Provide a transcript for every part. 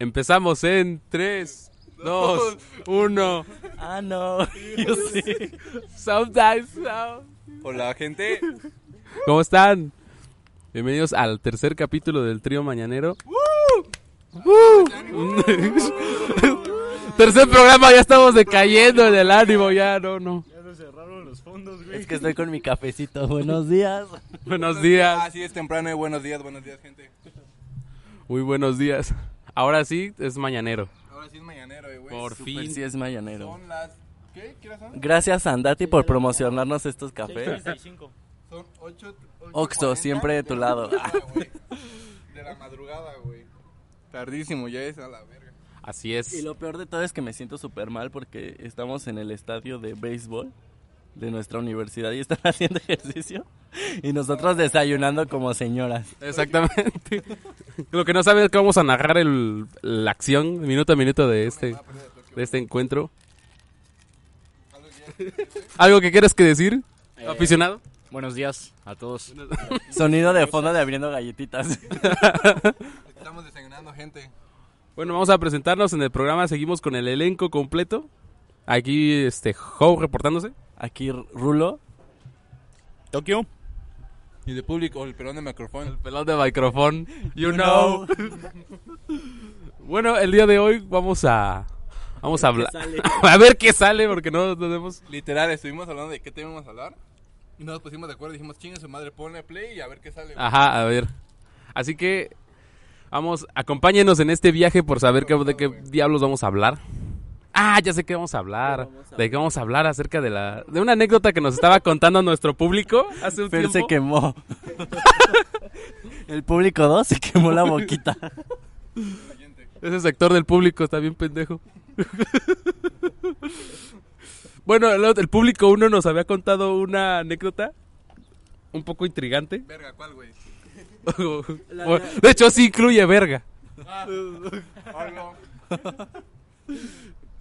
Empezamos en 3, 2, 1. Ah, no. Yo sí. Sometimes now. Hola gente, ¿Cómo están? Bienvenidos al tercer capítulo del trío mañanero. ¡Woo! tercer programa, ya estamos decayendo en el ánimo, ya no, no. Es que estoy con mi cafecito. Buenos días. Buenos días, así Ah, es temprano y buenos días, buenos días gente. muy buenos días. Ahora sí es mañanero. Ahora sí es mañanero, eh, güey. Por Pues fin. sí es mañanero. Son las ¿Qué? ¿Qué horas son? Gracias Andati por promocionarnos estos cafés. Son 8 Oxxo, siempre de tu lado. Ah. De la madrugada, güey. Tardísimo, ya es a la verga. Así es. Y lo peor de todo es que me siento súper mal porque estamos en el estadio de béisbol de nuestra universidad y están haciendo ejercicio y nosotros desayunando como señoras. Exactamente. Lo que no saben es que vamos a narrar el, la acción minuto a minuto de este, de este encuentro. ¿Algo que quieras que decir, aficionado? Buenos días a todos. Sonido de fondo de abriendo galletitas. Estamos desayunando, gente. Bueno, vamos a presentarnos en el programa. Seguimos con el elenco completo. Aquí, este, Joe reportándose. Aquí Rulo. Tokio. Y de público, el pelón de micrófono. Pelón de micrófono. You know. Bueno, el día de hoy vamos a... Vamos a hablar. A ver qué sale, porque no tenemos... Literal, estuvimos hablando de qué tema íbamos a hablar. Y nos pusimos de acuerdo, dijimos, chingue su madre, ponle play y a ver qué sale. güey". Ajá, a ver. Así que vamos, acompáñenos en este viaje por saber qué- de qué diablos vamos a hablar. Ah, ya sé qué vamos a hablar. De qué vamos a hablar acerca de la de una anécdota que nos estaba contando nuestro público hace un Fer se tiempo. quemó. El público 2 se quemó la boquita. Ese sector del público está bien pendejo. bueno, el, otro- el público uno nos había contado una anécdota un poco intrigante. Verga, ¿cuál, güey? de hecho, sí incluye verga. Algo.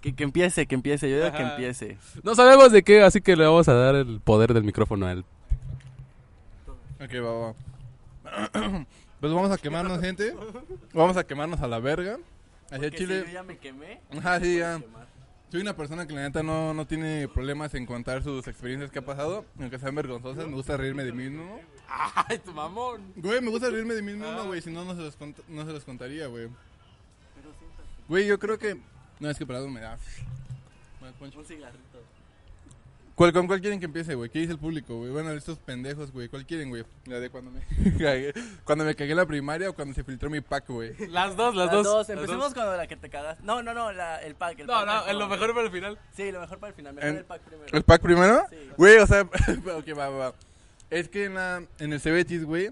Que, que empiece, que empiece, yo digo que Ajá. empiece. No sabemos de qué, así que le vamos a dar el poder del micrófono a él. Ok, va, va. Pues vamos a quemarnos, gente. Vamos a quemarnos a la verga. Allá en Chile. ya me quemé. Ajá, sí, ya. Soy una persona que la neta no, no tiene problemas en contar sus experiencias que ha pasado, aunque sean vergonzosas, me gusta reírme de mí mismo. ¡Ay, tu mamón! Güey, me gusta reírme de mí mismo, güey, si no, no se los, cont- no se los contaría, güey. Güey, yo creo que... No, es que parado me da... Mal poncho. ¿Cuál, ¿Con cuál quieren que empiece, güey? ¿Qué dice el público, güey? Bueno, estos pendejos, güey, ¿cuál quieren, güey? La de cuando me... cagué- cuando me cagué en la primaria o cuando se filtró mi pack, güey. Las dos, las, Las dos. dos, las empecemos con la que te cagas. No, no, no, la- el pack. El dos. No, pack, no, por en lo favor. mejor para el final. Sí, lo mejor para el final, mejor En- el pack primero. ¿El pack primero? Sí. Güey, o sea, ok, va, va, va. Es que en, la, en el CBTs, güey,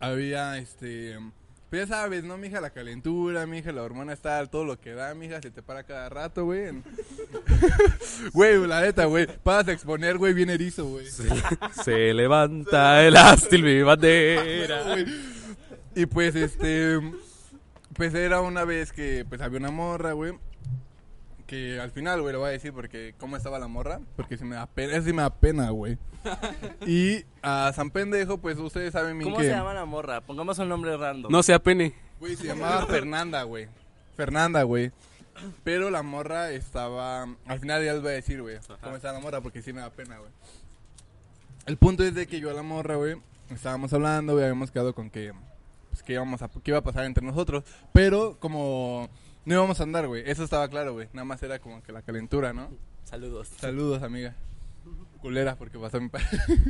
había este. Pues ya sabes, ¿no, mija? La calentura, mija, la hormona está todo lo que da, mija, se te para cada rato, güey. En- Güey, la neta, güey, paras a exponer, güey, bien erizo, güey. Se levanta el ástil, mi bandera. Güey. Y pues este pues era una vez que pues había una morra, güey, que al final, güey, lo voy a decir porque cómo estaba la morra, porque si me da pena, si me da pena, güey. Y a San Pendejo, pues ustedes saben bien ¿Cómo que se llama la morra? Pongamos un nombre random. No sea pene. Güey, se llamaba Fernanda, güey. Fernanda, güey. Pero la morra estaba. Al final ya les voy a decir, güey. ¿Cómo estaba la morra? Porque sí me da pena, güey. El punto es de que yo a la morra, güey. Estábamos hablando, güey. Habíamos quedado con que. Pues que íbamos a. Que iba a pasar entre nosotros. Pero como. No íbamos a andar, güey. Eso estaba claro, güey. Nada más era como que la calentura, ¿no? Saludos. Saludos, amiga. Culera, porque pasó mi pa-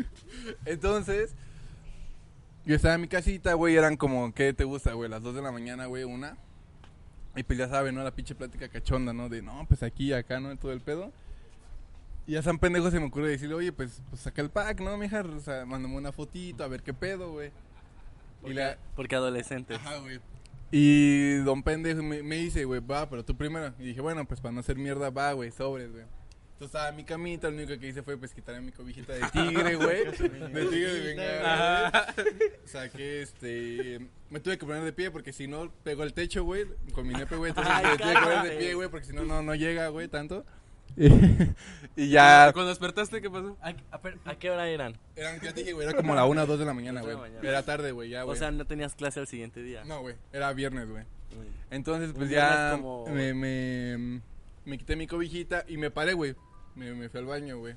Entonces, yo estaba en mi casita, güey, eran como, ¿qué te gusta, güey? Las 2 de la mañana, güey, una. Y pues ya saben, ¿no? La pinche plática cachonda, ¿no? De, no, pues aquí, acá, ¿no? Todo el pedo. Y a San Pendejo se me ocurre decirle, oye, pues, pues saca el pack, ¿no, mija? O sea, mándame una fotito, a ver qué pedo, güey. Y la... Porque adolescentes. Ajá, güey. Y don pendejo me, me dice, güey, va, pero tú primero. Y dije, bueno, pues para no hacer mierda, va, güey, sobres, güey. Entonces estaba en mi camita, lo único que hice fue pues quitarme mi cobijita de tigre, güey. de tigre de bengala, güey. Saqué este. Me tuve que poner de pie porque si no pegó el techo, güey. Con mi nepe, güey. Entonces me tuve que poner de pie, güey, porque si no, no, no llega, güey, tanto. y ya. Cuando despertaste, ¿qué pasó? ¿A, a per- a qué hora eran? Eran, ya te dije, güey, era como la 1 o 2 de la mañana, Dos de güey. la mañana. Era tarde, güey, ya, O güey. sea, no tenías clase al siguiente día. Ah, Mm. No, güey, era viernes, güey. Uy. Entonces, pues Un ya viernes como- me, me, me quité mi cobijita y me paré, güey. Me, me fui al baño, güey.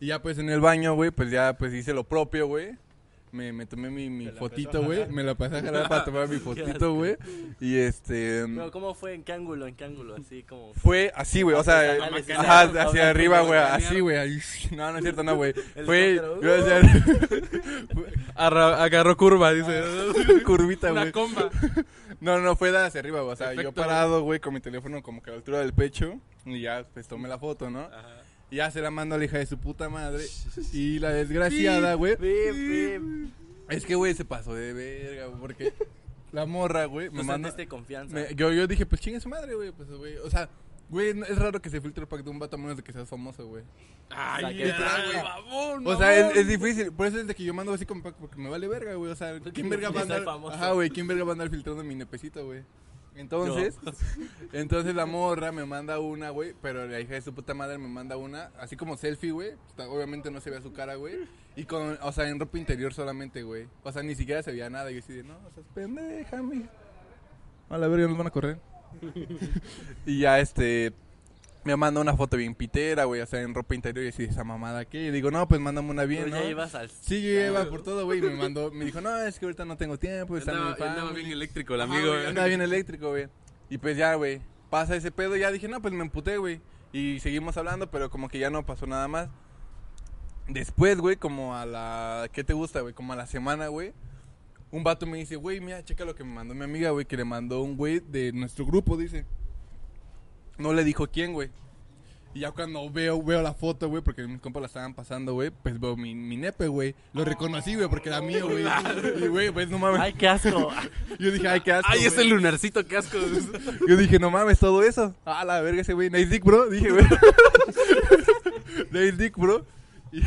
Y ya, pues, en el baño, güey, pues ya, pues, hice lo propio, güey. Me, me tomé mi, mi fotito, güey. Me la pasé a jalar para tomar mi fotito, asco. güey. Y este... Pero ¿cómo fue? ¿En qué ángulo? ¿En qué ángulo? Así como... Fue así, güey, o sea, Ah, pues, ajá, macanear, hacia Pablo, arriba, güey, macanear. así, güey. ahí, No, no es cierto, no, güey. El Fue, helicóptero, yo hacia Arra- agarró curva, dice. curvita, Una güey. comba. No, no, fue de hacia arriba, güey. O sea, yo Perfecto, parado, güey, con mi teléfono como que a la altura del pecho. Y ya, pues tomé la foto, ¿no? Y ya se la mando a la hija de su puta madre. Y la desgraciada, güey. Bip, bip. Es que, güey, se pasó de verga, güey. Porque la morra, güey, me Tú manda. sentiste confianza. me- yo, yo dije, pues chingue su madre, güey. Pues, güey. O sea, güey, no- es raro que se filtre el pack de un vato a menos de que seas famoso, güey. Ay, literal, güey. babón, O sea, es, babón. es difícil. Por eso es de que yo mando así como pack porque me vale verga, güey. O sea, ¿quién verga va a quieres ser andar? famoso. Ajá, güey, ¿quién verga va a andar filtrando mi nepecito, güey? Entonces, entonces la morra me manda una, güey, pero la hija de su puta madre me manda una, así como selfie, güey. Está- Obviamente no se vea su cara, güey. Y con, o sea, en ropa interior solamente, güey. O sea, ni siquiera se veía nada. Y yo así de, no, o sea, es pendeja, mija. A la verga, nos van a correr. y ya, este, me manda una foto bien pitera, güey, o sea, en ropa interior. Y así, esa mamada, ¿qué? Y digo, no, pues mándame una bien, Tú ya ¿no? ibas al... Sí, yo ya iba por todo, güey, y me mandó, me dijo, no, es que ahorita no tengo tiempo, está en mi Ah. Andaba, andaba family". bien eléctrico el Ajá, amigo. güey, güey. andaba bien eléctrico, güey. Y pues ya, güey, pasa ese pedo, ya dije, no, pues me emputé, güey. Y seguimos hablando, pero como que ya no pasó nada más. Después, güey, como a la, ¿qué te gusta, güey? Como a la semana, güey. Un vato me dice, güey, mira, checa lo que me mandó mi amiga, güey, que le mandó un güey de nuestro grupo, dice. No le dijo quién, güey. Y ya cuando veo, veo la foto, güey, porque mis compas la estaban pasando, güey, pues veo mi, mi nepe, güey. Lo reconocí, güey, porque era mío, güey. Y, güey, pues no mames. Ay, qué asco. Yo dije, ay, qué asco, Ay, güey. ese lunarcito, qué asco. Yo dije, no mames, todo eso. Ah, la verga ese güey. Nice dick, bro. Dije, güey. nice dick, bro. Y,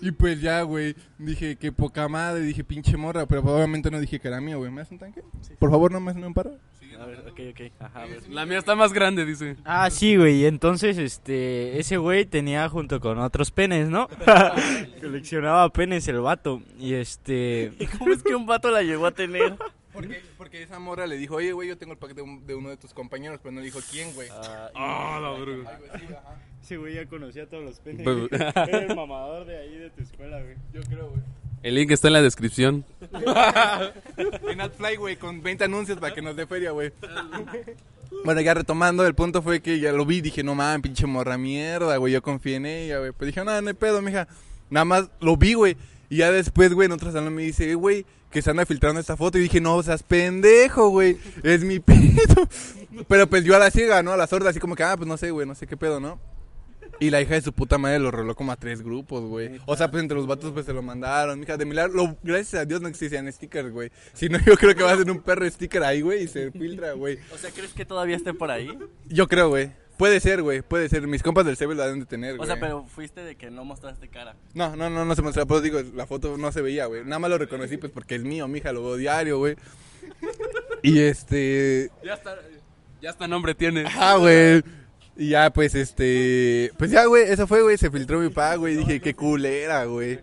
y pues ya, güey. Dije, qué poca madre. Dije, pinche morra. Pero obviamente no dije que era mío, güey. ¿Me das un tanque? Por favor, no me, no me paro. A ver, ok, ok. Ajá, Ah, a ver. La mía está más grande, dice. Ah, sí, güey. Entonces, este, ese güey tenía junto con otros penes, ¿no? Coleccionaba penes el vato. Y este... ¿Y cómo es que un vato la llegó a tener? Porque, porque esa morra le dijo, oye, güey, yo tengo el paquete de, un- de uno de tus compañeros. Pero no le dijo quién, güey. Ah, la verga. Algo así, ajá. Ese güey ya conocía todos los penes. Pues- Era el mamador de ahí de tu escuela, güey. Yo creo, güey. El link está en la descripción. En Adfly, güey, con 20 anuncios para que nos dé feria, güey. Bueno, ya retomando, el punto fue que ya lo vi, dije, no mames, pinche morra mierda, güey, yo confié en ella, güey. Pues dije, no, no hay pedo, mija. Nada más lo vi, güey. Y ya después, güey, en otra sala me dice, "Eh, güey, que se anda filtrando esta foto. Y dije, no, seas pendejo, güey, es mi pito. Pero pues yo a la ciega, ¿no? A la sorda, así como que, ah, pues no sé, güey, no sé qué pedo, ¿no? Y la hija de su puta madre lo roló como a tres grupos, güey. O sea, pues entre los vatos pues se lo mandaron. Mija, de milagro, lo- gracias a Dios no existían stickers, güey. Si no, yo creo que va a ser un perro sticker ahí, güey, y se filtra, güey. O sea, ¿crees que todavía esté por ahí? Yo creo, güey. Puede ser, güey. Puede ser. Mis compas del CB la deben de tener, güey. O sea, pero fuiste de que no mostraste cara. No, no, no, no se mostraba. Pero digo, la foto no se veía, güey. Nada más lo reconocí, pues, porque es mío, mija. Lo veo diario, güey. Y este... Ya está. Ya está nombre tiene. Ah, güey. Y ya, pues, este... Pues ya, güey. Eso fue, güey. Se filtró mi pack, güey. Dije, qué culera, güey.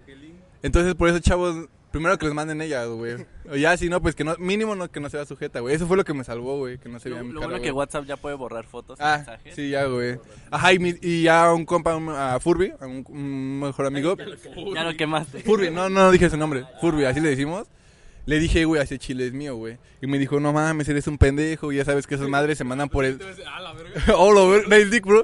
Entonces, por eso, chavos... Primero que los manden ellas, güey. O ya, si no, pues que no... Mínimo no, que no se vea sujeta, güey. Eso fue lo que me salvó, güey. Que no se Lo, veía mi lo cara, bueno güey. que WhatsApp ya puede borrar fotos y Ah, mensajes. sí, ya, güey. Ajá, y, mi- y ya un compa, un- a Furby, a un, un mejor amigo. Ya lo quemaste. Furby, no, no dije su nombre. Furby, así le decimos. Le dije, güey, ese chile es mío, güey. Y me dijo, no mames, eres un pendejo. Ya sabes que esas madres se mandan por el. oh, lo ver, nice dick, bro.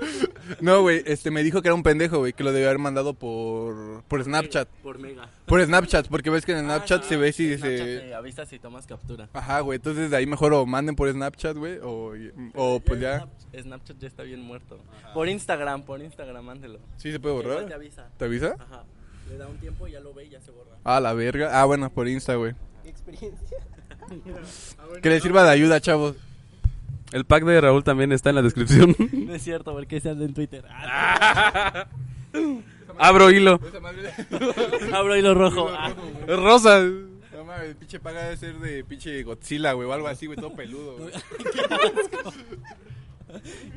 no, güey, este me dijo que era un pendejo, güey, que lo debía haber mandado por, por Snapchat. Por mega. Por Snapchat, porque ves que en Snapchat Ah, se ve si Snapchat se. te avisa si tomas captura. Ajá, güey, entonces de ahí mejor o manden por Snapchat, güey, o, o pues ya. Eh, Snap- Snapchat ya está bien muerto. Por Instagram, por Instagram, mándelo. ¿Sí se puede Igual te borrar? avisa. ¿Te avisa? Ajá. Le da un tiempo y ya lo ve y ya se borra. Ah, la verga. Ah, bueno, por Insta, güey. experiencia. Que les sirva de ayuda, chavos. El pack de Raúl también está en la descripción. No es cierto, porque se anda en Twitter. Ah. Abro hilo. Esa madre- Abro hilo rojo. Ah. Rosa. No mames, pinche paga debe ser de pinche Godzilla, güey, o algo así, güey, todo peludo, güey.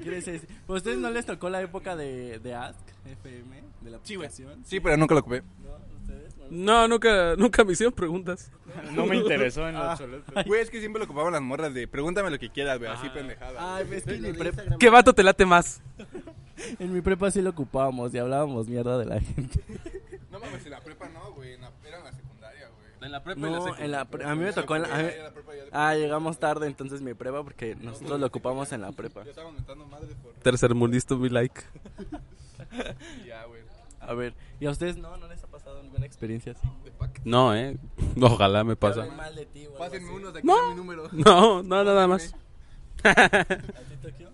¿Quieres decir? ¿Pues ustedes no les tocó la época de, de Ask FM? De la aplicación. Sí, pero nunca lo ocupé. ¿No? ¿Ustedes? ¿No? No, nunca, nunca me hicieron preguntas. No me interesó en lo absoluto. Güey, es que siempre lo ocupaban las morras de pregúntame lo que quieras, güey, Ah. así pendejada. Ay, Ah, es que en mi, Lo de prep- Instagram. ¿Qué vato te late más? en mi prepa sí lo ocupábamos y hablábamos mierda de la gente. No mames, en la prepa no, güey, en la- era en la secundaria, güey. En la prepa No, en la pre- a mí me tocó en la... a mí- En la prepa ya- Ah, llegamos tarde entonces mi prepa porque nosotros lo ocupamos en la prepa. Ya estaban mentando madres por... Tercer mundista, mi like. Ya, güey. A ver, ¿y a ustedes no? ¿No les ha pasado ninguna experiencia así? No, eh. Ojalá me pasa. Hablen mal de ti, güey. Pásenme unos de aquí No. está mi número. No, no, nada más.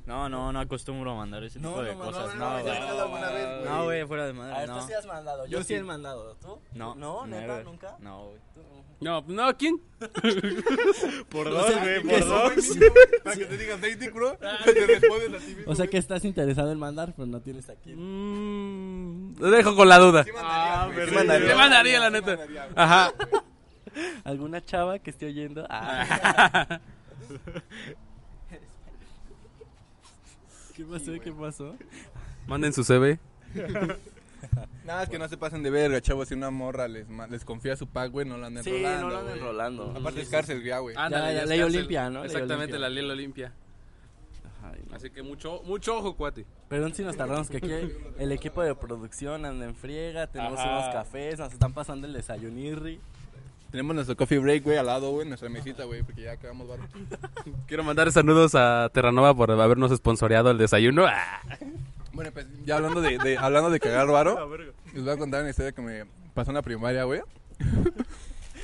No, no, no acostumbro a mandar ese tipo No, de no, no, cosas. No, no, güey. no, No, güey, fuera de madre. A ver, no. tú sí has mandado. Yo, Yo sí he sí. mandado. ¿Tú? No, No, neta, never. nunca. No, güey. No, no, ¿quién? Por dos, sea, güey, por que Eso, güey, mínimo, Para que te digas dating, bro, Ah. te respondes a ti mismo. O sea que estás interesado en mandar, pero no tienes aquí. Mm, lo dejo con la duda. Sí mandaría, güey, sí Ah, Te mandaría, la sí neta. mandaría, güey. Ajá. ¿Alguna chava que esté oyendo? Ah, ¿Qué pasó? ¿Qué pasó? Manden su CV. Nada, es que no se pasen de verga, chavos. Si una morra les, ma- les confía su pack, güey, no la anden Sí, enrolando. no lo andan güey. enrolando. Aparte es cárcel, ya, güey. Ah, Ándale, ya es ley cárcel. Olimpia, ¿no? Ley Exactamente, Olimpia. la ley Olimpia. Ay, no. Así que mucho, mucho ojo, cuate. Perdón si nos tardamos, que aquí el equipo de producción anda en friega, tenemos Ajá. unos cafés, nos están pasando el desayunirri. Tenemos nuestro coffee break, güey, al lado, güey, nuestra mesita, güey, porque ya acabamos barro. Quiero mandar saludos a Terranova por habernos esponsoreado el desayuno. Ah. Bueno, pues ya hablando de, de- hablando de cagar varo, les voy a contar una historia que me pasó en la primaria, güey.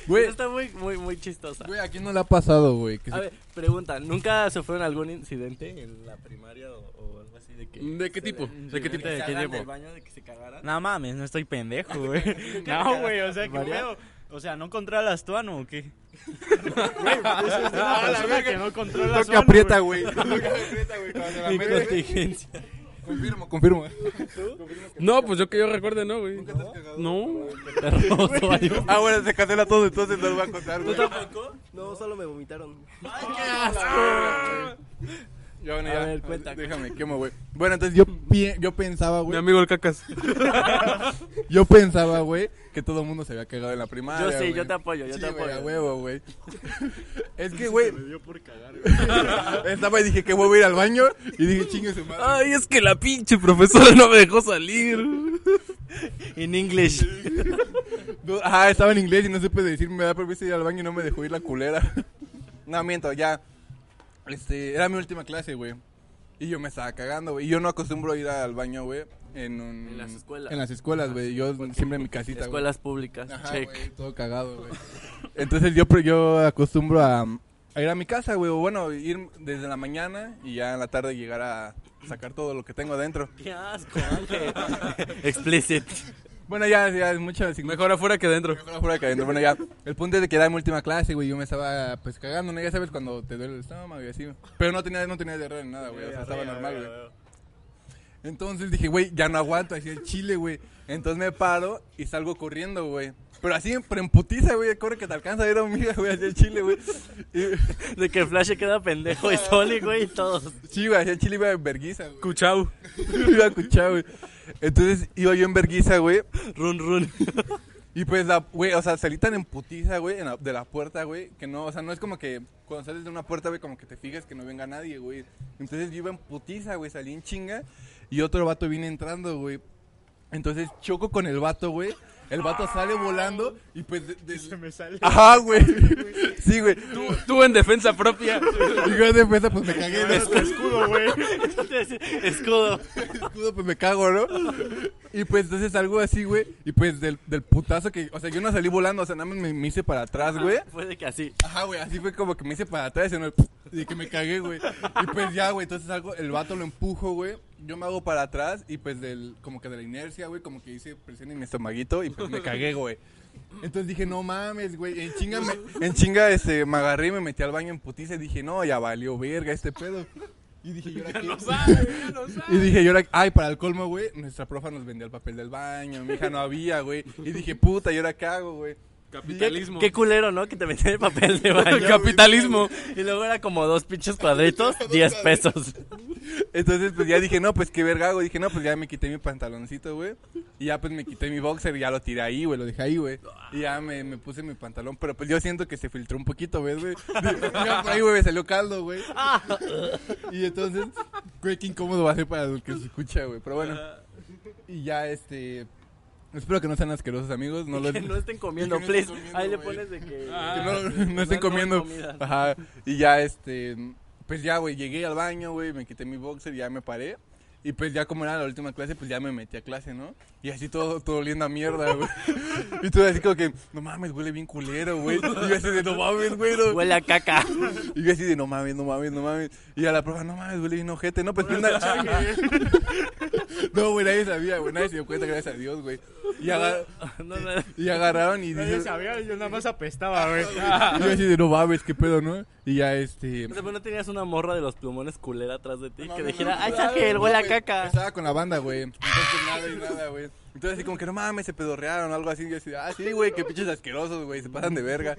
Güey, Está muy, muy, muy chistosa. güey, ¿a quién no le ha pasado, güey? Que A se- ver, pregunta, ¿nunca sufrieron algún incidente en la primaria o, o algo así de que... ¿De qué se- tipo? ¿De qué tipo? ¿De ¿De qué qué tipo? tipo? del baño de que se cagaran? No mames, no estoy pendejo, güey. No, güey, o sea, qué pedo. O sea, ¿no controlas tu ano o qué? Güey, pues es una persona que no controla su ano, güey. güey. aprieta, güey. cuando la Mi metes, güey. contingencia. Confirmo, confirmo. No, pues yo que yo recuerde, no, güey. No. Hermoso, hay un- Ah, bueno, se cancela todo, entonces no lo voy a contar, güey. No, solo me vomitaron. Ya, bueno, A ya. ver, cuenta. Déjame, quemo, güey. Bueno, entonces yo, pi- yo pensaba, Mi güey. amigo el cacas. Yo pensaba, güey, que todo el mundo se había cagado en la primaria. Yo sí, güey. yo te apoyo, yo Sí, te güey, apoyo. a huevo, güey. Es que, güey. Me dio por cagar, güey. Estaba y dije que voy a ir al baño. Y dije, chingue su madre. Ah. Ay, es que la pinche profesora no me dejó salir. In English. Du- Ajá, estaba en inglés y no supe decir, me da permiso ir al baño y no me dejó ir la culera. no, miento, ya. Este, era mi última clase, güey. Y yo me estaba cagando, güey. Y yo no acostumbro a ir al baño, güey. En, un- En las escuelas. En las escuelas, güey. Yo siempre en mi casita, güey. Escuelas públicas, Ajá, check. güey, todo cagado, güey. Entonces yo, pre- yo acostumbro a, a ir a mi casa, güey. O bueno, ir desde la mañana y ya en la tarde llegar a sacar todo lo que tengo adentro. Qué asco, Ángel. Explicit. Bueno, ya, ya es mucho. sin- Mejor afuera que dentro. Mejor afuera que adentro. Bueno, ya. El punto es de que era mi última clase, güey. Yo me estaba, pues, cagando, ¿no? Ya sabes cuando te duele el estómago y así. Pero no tenía, no tenía diarrea ni nada, güey. O sea, estaba normal, güey. Entonces dije, güey, ya no aguanto, así el chile, güey. Entonces me paro y salgo corriendo, güey. Pero así, pero en putiza, güey. Corre que te alcanza a ir a hormiga, güey, hacia el chile, güey. Y- De que Flash se queda pendejo y solo, güey, y todos. Sí, güey, hacia el chile iba en verguiza, güey. Cuchau. Iba a escuchar, güey. Entonces iba yo en verguiza, güey. Run, run. Y pues, la, güey, o sea, salí tan en putiza, güey, en la- de la puerta, güey, que no, o sea, no es como que cuando sales de una puerta, güey, como que te fijas que no venga nadie, güey. Entonces yo iba en putiza, güey, salí en chinga y otro vato viene entrando, güey. Entonces choco con el vato, güey. El vato sale volando y pues... de- de- Me sale. Ajá, güey. Sí, güey. Tú en defensa propia. Y yo de defensa, pues me cagué en el escudo, güey. Escudo. escudo, pues me cago, ¿no? Y pues entonces salgo así, güey, y pues del, del putazo que... O sea, yo no salí volando, o sea, nada más me, me hice para atrás, güey. Fue de que así. Ajá, güey, así fue como que me hice para atrás en el y que me cagué, güey. Y pues ya, güey, entonces algo, el vato lo empujo, güey. Yo me hago para atrás y pues del, como que de la inercia, güey, como que hice presión en mi estomaguito y pues me cagué, güey. Entonces dije, no mames, güey. En chinga, me- en chinga este, me agarré y me metí al baño en putiza y dije, no, ya valió verga este pedo. Y dije, yo ahora qué? Y dije, yo ahora, ay, para el colmo, güey, nuestra profa nos vendió el papel del baño, mi hija no había, güey. Y dije, puta, ¿y ahora qué hago, güey? Capitalismo. Qué culero, ¿no? Que te metían el papel de baño. El capitalismo. Y luego era como dos pinches cuadritos, 10 pesos. Entonces, pues ya dije, no, pues qué verga hago. Dije, no, pues ya me quité mi pantaloncito, güey. Y ya, pues me quité mi boxer y ya lo tiré ahí, güey, lo dejé ahí, güey. Y ya me, me puse mi pantalón. Pero pues yo siento que se filtró un poquito, ¿ves, güey? Ya por ahí, güey, me salió caldo, güey. Ah. Y entonces, güey, qué incómodo va a ser para el que se escucha, güey. Pero bueno. Y ya, este. Espero que no sean asquerosos, amigos. No los. Que no estén comiendo, Que no please. estén comiendo, Ahí le güey. pones de que. Ah, Que no, no estén no comiendo. comidas. Ajá. Y ya, este. Pues ya, güey, llegué al baño, güey, me quité mi boxer, ya me paré. Y pues ya como era la última clase, pues ya me metí a clase, ¿no? Y así todo, todo oliendo a mierda, güey. Y todo así como que, no mames, huele bien culero, güey. Y yo así de, no mames, güey. no". Huele a caca. Y yo así de, no mames, no mames, no mames. Y a la prueba, no mames, huele bien ojete. No, pues prenda No, güey, nadie sabía, güey. Nadie se dio cuenta, gracias a Dios, güey. Y, agar- No, no, y agarraron y Nadie dijeron... sabía, yo nada más apestaba, güey. Y yo así de, no mames, qué pedo, ¿no? Y ya, este... no, no tenías una morra de los plumones culera atrás de ti No, que no, dijera, no, ¡ay, claro, Sajel, no, huele a güey. caca! Estaba con la banda, güey. Entonces nada y nada, güey. Entonces así como que no mames, se pedorrearon o algo así. Yo así, ah, sí, güey, qué pinches asquerosos, güey, se pasan de verga.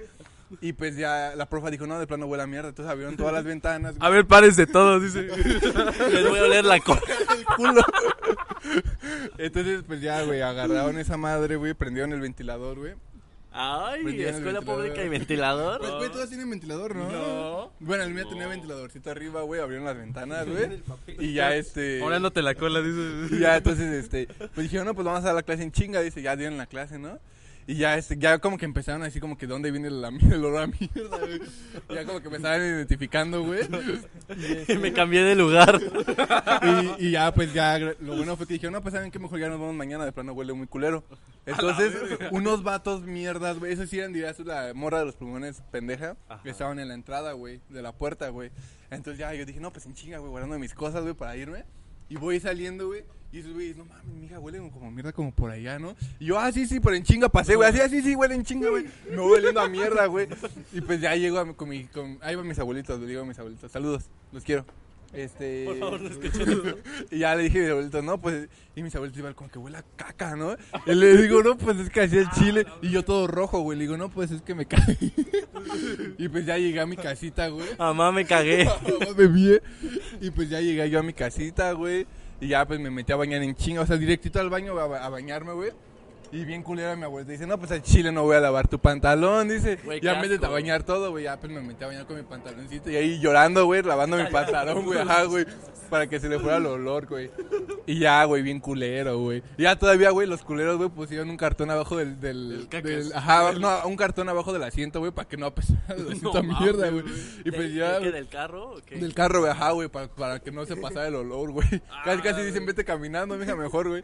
Y pues ya la profa dijo, no, de plano huele a mierda. Entonces abrieron todas las ventanas, A güey, ver, párense todos, dice. Les voy a oler la cola. el culo. Entonces pues ya, güey, agarraron esa madre, güey, prendieron el ventilador, güey. ¡Ay, Prendieron el escuela ventilador. pública y ventilador! Pues, güey, todas tienen ventilador, ¿no? No. Bueno, el mío tenía ventiladorcito arriba, güey, abrieron las ventanas, güey. Y ya este... Orándote la cola, dice. Y ya entonces, este, pues dijeron, no, pues vamos a la clase en chinga, dice, ya dieron la clase, ¿no? Y ya, este, ya como que empezaron así como que dónde viene la, mier- el olor a mierda, güey. Ya como que me estaban identificando, güey. Me cambié de lugar. Y, y ya, pues ya, lo bueno fue que dijeron, no, pues saben que mejor ya nos vamos mañana, de plano huele muy culero. Entonces, unos vatos mierdas, güey, eso sí eran, dirás, la morra de los pulmones pendeja, que estaban en la entrada, güey, de la puerta, güey. Entonces ya, yo dije, no, pues en chinga, güey, guardando mis cosas, güey, para irme. Y voy saliendo, güey. Y esos güeyes, no mames, mija, huele como mierda como por allá, ¿no? Y yo, ah, sí, sí, por en chinga pasé, güey. Así, así, sí, huele en chinga, güey. Me voy oliendo a mierda, güey. Y pues ya llego a mi- con mi... Con, ahí van mis abuelitos, le digo a mis abuelitos. Saludos, los quiero. Este... Por favor, no Y ya le dije a mis abuelitos, no, pues... Y mis abuelitos iban como que huele a caca, ¿no? Y le digo, no, pues es que así es chile. Y yo todo rojo, güey. Le digo, no, pues es que me cae. y pues ya llegué a mi casita, güey. Mamá, me cagué. Me vi, Y pues ya llegué yo a mi casita, güey. Y ya pues me metí a bañar en chinga. O sea, directito al baño a, ba- a bañarme, güey. Y bien culera mi abuelita. Dice, no, pues al chile no voy a lavar tu pantalón. Dice, Güey, ya qué métete a asco. bañar todo, güey. Ya pues me metí a bañar con mi pantaloncito. Y ahí llorando, güey, lavando mi pantalón, güey. Ajá, güey. Para que se le fuera el olor, güey. Y ya, güey, bien culero, güey. Y Ya todavía, güey, los culeros, güey, pusieron un cartón abajo del... del, cacas. del- ajá, no, un cartón abajo del asiento, güey, para que no pesara el asiento a mierda, güey. Y pues ¿De- ya... de qué, ¿Del carro o qué? Del carro, güey, ajá, güey, para, para que no se pasara el olor, güey. Casi, casi dicen, vete caminando, mija, mejor, güey.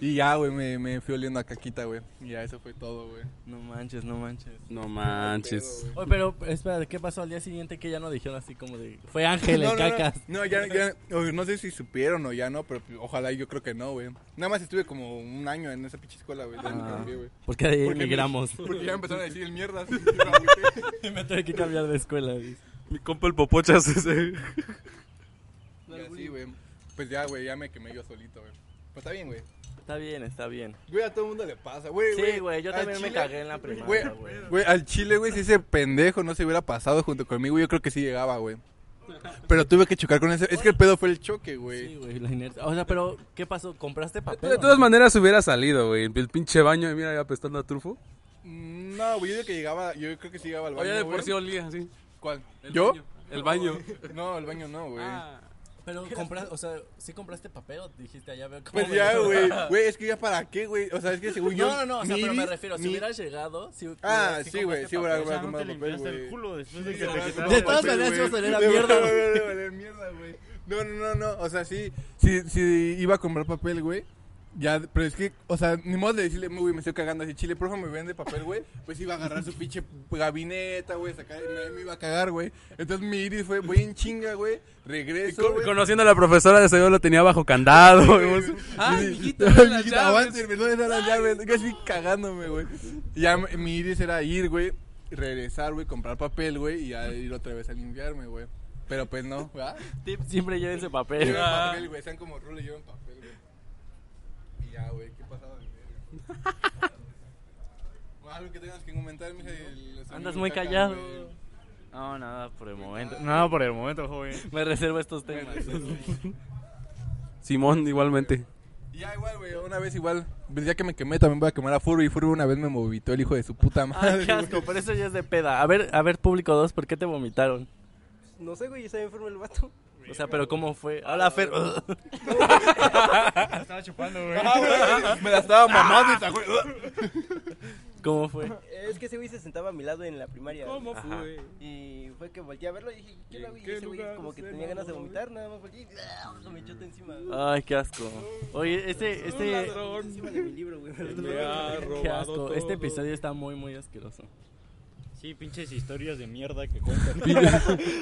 Y ya, güey, me, me fui oliendo a caquita, güey. Y ya, eso fue todo, güey. No manches, no manches. No manches. Oye, pero espera, ¿qué pasó al día siguiente que ya no dijeron así como de... Fue Ángel no, en no, no. cacas. No, ya, ya- o- no sé si supieron o ya no, pero ojalá yo creo que no, güey. Nada más estuve como un año en esa pinche escuela, güey. ya me cambié, güey. Porque ahí Porque me- Ah. emigramos. Porque ya empezaron a decir el mierda. Me tuve que cambiar de escuela. dice. Mi compa el Popochas ese. Y así, güey. Pues ya, güey, ya me quemé yo solito, güey. Pues está bien, güey. Está bien, está bien. Güey, a todo el mundo le pasa, güey. Sí, güey, yo al también me chile- cagué en la Güey, primaria, güey. güey, al chile, güey, si ese pendejo no se hubiera pasado junto conmigo, yo creo que sí llegaba, güey. Pero tuve que chocar con ese. Es que el pedo fue el choque, Sí, güey. güey, la inercia. O sea, pero, ¿qué pasó? ¿Compraste papel? De o todas no? maneras hubiera salido, güey. El pinche baño, y mira, ya apestando a trufo. Mm, No, güey, yo digo que llegaba. Yo creo que sí llegaba al baño. güey. olía, así. ¿Cuál? ¿Yo? El baño. No, el baño no, güey. Ah. Pero, compras, o sea, ¿sí compraste papel o dijiste allá veo cómo Pues me ya, lo- güey. Güey, es que ya para qué, güey. O sea, es que según yo. No, no, no, o sea, mi pero me iris- refiero, si mi- hubieras llegado, si Ah, sí, güey, este sí, güey. O sea, no te Papel, limpiaste güey. el culo después de que Sí, te güey, quitaron. De todas papel, maneras güey. ibas a oler a De mierda, verdad, güey. iba a oler mierda, güey. No, no, no, no. O sea, sí, sí, sí iba a comprar papel, güey. Ya, pero es que, o sea, ni modo de decirle, güey, me estoy cagando así, chile, porfa, me vende papel, güey. Pues iba a agarrar su pinche gabineta, güey, sacar, me, me iba a cagar, güey. Entonces mi iris fue, voy en chinga, güey, regreso, güey. Conociendo a la profesora de seguro lo tenía bajo candado. güey. Ay, mijito, Ay, las mijito, llaves. aguante, me duelen las llaves. Casi cagándome, güey. Y Ya m- mi iris era ir, güey, regresar, güey, comprar papel, güey, y ya ir otra vez a limpiarme, güey. Pero pues no, ¿verdad? Tip, siempre lleven ese papel. Llevan papel, güey, sean como rulo, llevan papel, güey. Y ya, güey, ¿qué pasaba? de verga? Bueno, Algo que tengas que comentar, mija. del- Andas muy caca, callado. güey. No, nada por el momento. No, por el momento, joven. Me reservo estos temas. Simón, igualmente. Y ya, igual, güey, una vez igual, el día que me quemé también voy a quemar a Furby. Furby una vez me movitó el hijo de su puta madre. Ay, qué asco, pero eso ya es de peda. A ver, a ver, público 2, ¿por qué te vomitaron? No sé, güey, está enfermo el vato. O sea, pero ¿cómo fue? Hola, Fer. Estaba chupando, güey. Ah, me la estaba mamando y sacó. ¿Cómo fue? Es que ese güey se sentaba a mi lado en la primaria. ¿Cómo fue? Y fue que volteé a verlo y dije, ¿qué la güey? Y qué ese güey lugar como que se tenía ganas de enamoró, vomitar, nada más volteé y ¡ah! se me echó encima. Ay, qué asco. Oye, este, este, Encima de mi libro, güey. Me ha qué robado asco. todo. Este episodio está muy, muy asqueroso. Sí, pinches historias de mierda que cuentan.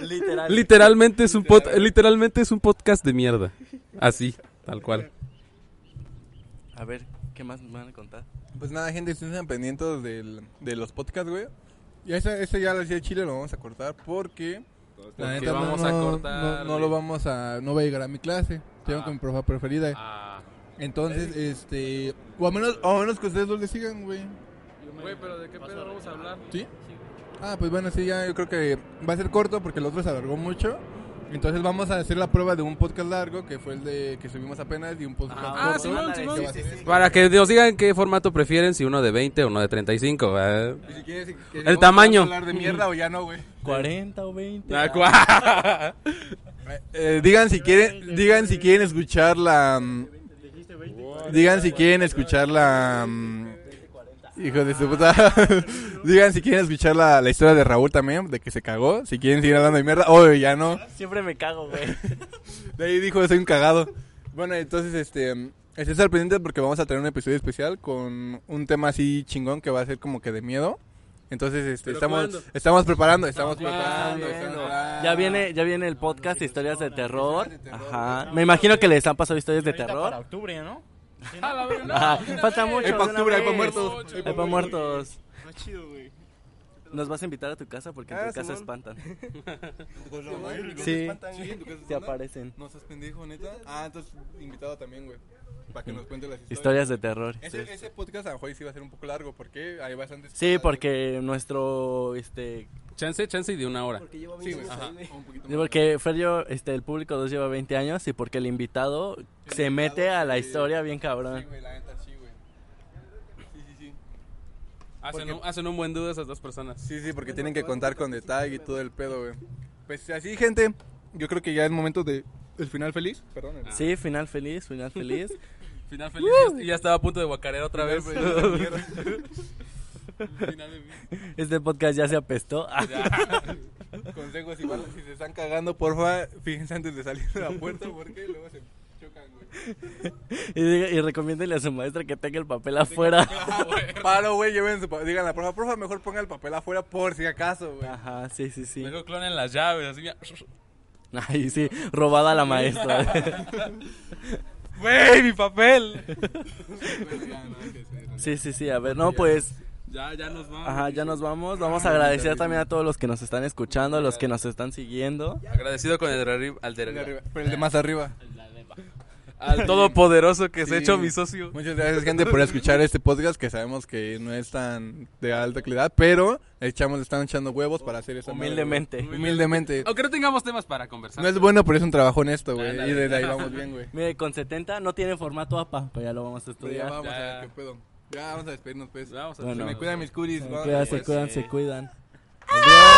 Literal. Literalmente es un pod- literalmente es un podcast de mierda. Así, tal cual. A ver, ¿qué más me van a contar? Pues nada, gente, estén pendientes del, de los podcasts, güey. Y ese, ese ya lo decía Chile, lo vamos a cortar porque... la Porque neta, no- vamos no, a cortar, No, no lo güey. vamos a... No va a llegar a mi clase. Tengo Ah. con mi profa preferida. Entonces, este... O a menos, o a menos que ustedes dos le sigan, güey. Güey, pero ¿de qué pedo vamos a hablar? ¿Sí? Ah, pues bueno, sí, ya yo creo que va a ser corto porque el otro se alargó mucho. Entonces vamos a hacer la prueba de un podcast largo, que fue el de que subimos apenas, y un podcast Ah, corto. Simón, que Simón. va a ser este. Para que nos digan qué formato prefieren, si uno de 20 o uno de 35. ¿verdad? Y si quieres, que- que- El vamos a tamaño. hablar de mierda o ya no, güey. 40 o 20. Ah, cua- Eh, digan si quieren, digan si quieren escuchar la, mm, digan si quieren escuchar la, mm, hijo de su puta, digan si quieren escuchar la, la historia de Raúl también, de que se cagó, si quieren seguir hablando de mierda, oh ya no, Ah, Siempre me cago, güey. de ahí dijo soy un cagado. Bueno entonces este, mm, estén al pendiente porque vamos a tener un episodio especial con un tema así chingón que va a ser como que de miedo. Entonces este, estamos, estamos preparando, estamos preparando, estamos preparando. Ah, Ya viene, ya viene el podcast de historias de terror. Ajá. Me imagino que les han pasado historias de Para terror. octubre, ¿no? Ajá. Falta mucho. de Hay pa' una octubre, hay pa' vez. muertos. Hay pa' muertos. Más chido, güey. Nos vas a invitar a tu casa porque en Ah, tu casa Simón. espantan. Sí. Se aparecen. No seas pendejo, neta. Ah, entonces invitado también, güey. Para que nos cuente las historias. Historias de terror. Ese, ese podcast a lo mejor sí va a ser un poco largo, porque hay bastantes. Sí, porque nuestro, este, Chance, chance y de una hora. Porque llevo Sí, 20 güey. años Ajá. ahí, güey. Un poquito más. porque Ferio, este, el público 2 lleva 20 años y porque el invitado se mete a la sí. historia bien Sí, cabrón. güey, la neta, sí, güey. Sí, sí, sí. Hacen Porque- un, hacen un buen dudo esas dos personas. Sí, sí, porque tienen que contar con detalle y todo el pedo, güey. Pues así, gente, yo creo que ya es momento de. El final feliz. Perdón. el- Sí, final feliz, final feliz. Final feliz. Ya- Ya estaba a punto de guacarear otra vez. Este podcast ya se apestó. Consejos igual, si se están cagando, porfa, fíjense antes de salir de la puerta, porque luego se chocan, güey. Y, diga- y recomiéndele a su maestra que tenga el papel afuera. Ah, Paro, güey, lleven su papel. Digan la profa, profa, mejor ponga el papel afuera por si acaso, güey. Ah, Ajá, sí, sí, sí. Luego clonen las llaves, así mira. Ay, sí, robada la maestra. ¡Wey, mi papel! Sí, sí, sí, a ver, no, pues, Ya, ya nos vamos. ajá, ya nos vamos. Vamos a agradecer también a todos los que nos están escuchando, los que nos están siguiendo. Agradecido con el de arriba, al de El de arriba. arriba, Pero el de más arriba. Al todopoderoso que se ha Sí. hecho mi socio. Muchas gracias, gente, por escuchar este podcast que sabemos que no es tan de alta calidad, pero echamos, están echando huevos para hacer esta madre, güey. Humildemente. Humildemente. Aunque no tengamos temas para conversar. No es bueno, pero es un trabajo honesto, güey. Y desde ahí vamos bien, güey. Mire, con 70 no tiene formato APA, pues ya lo vamos a Pero ya estudiar. vamos a Ya. ver qué pedo. Ya vamos a despedirnos, pues. Vamos a Bueno. Pues, Se me cuidan mis curis. eh, Se cuidan, se cuidan, se cuidan. Adiós.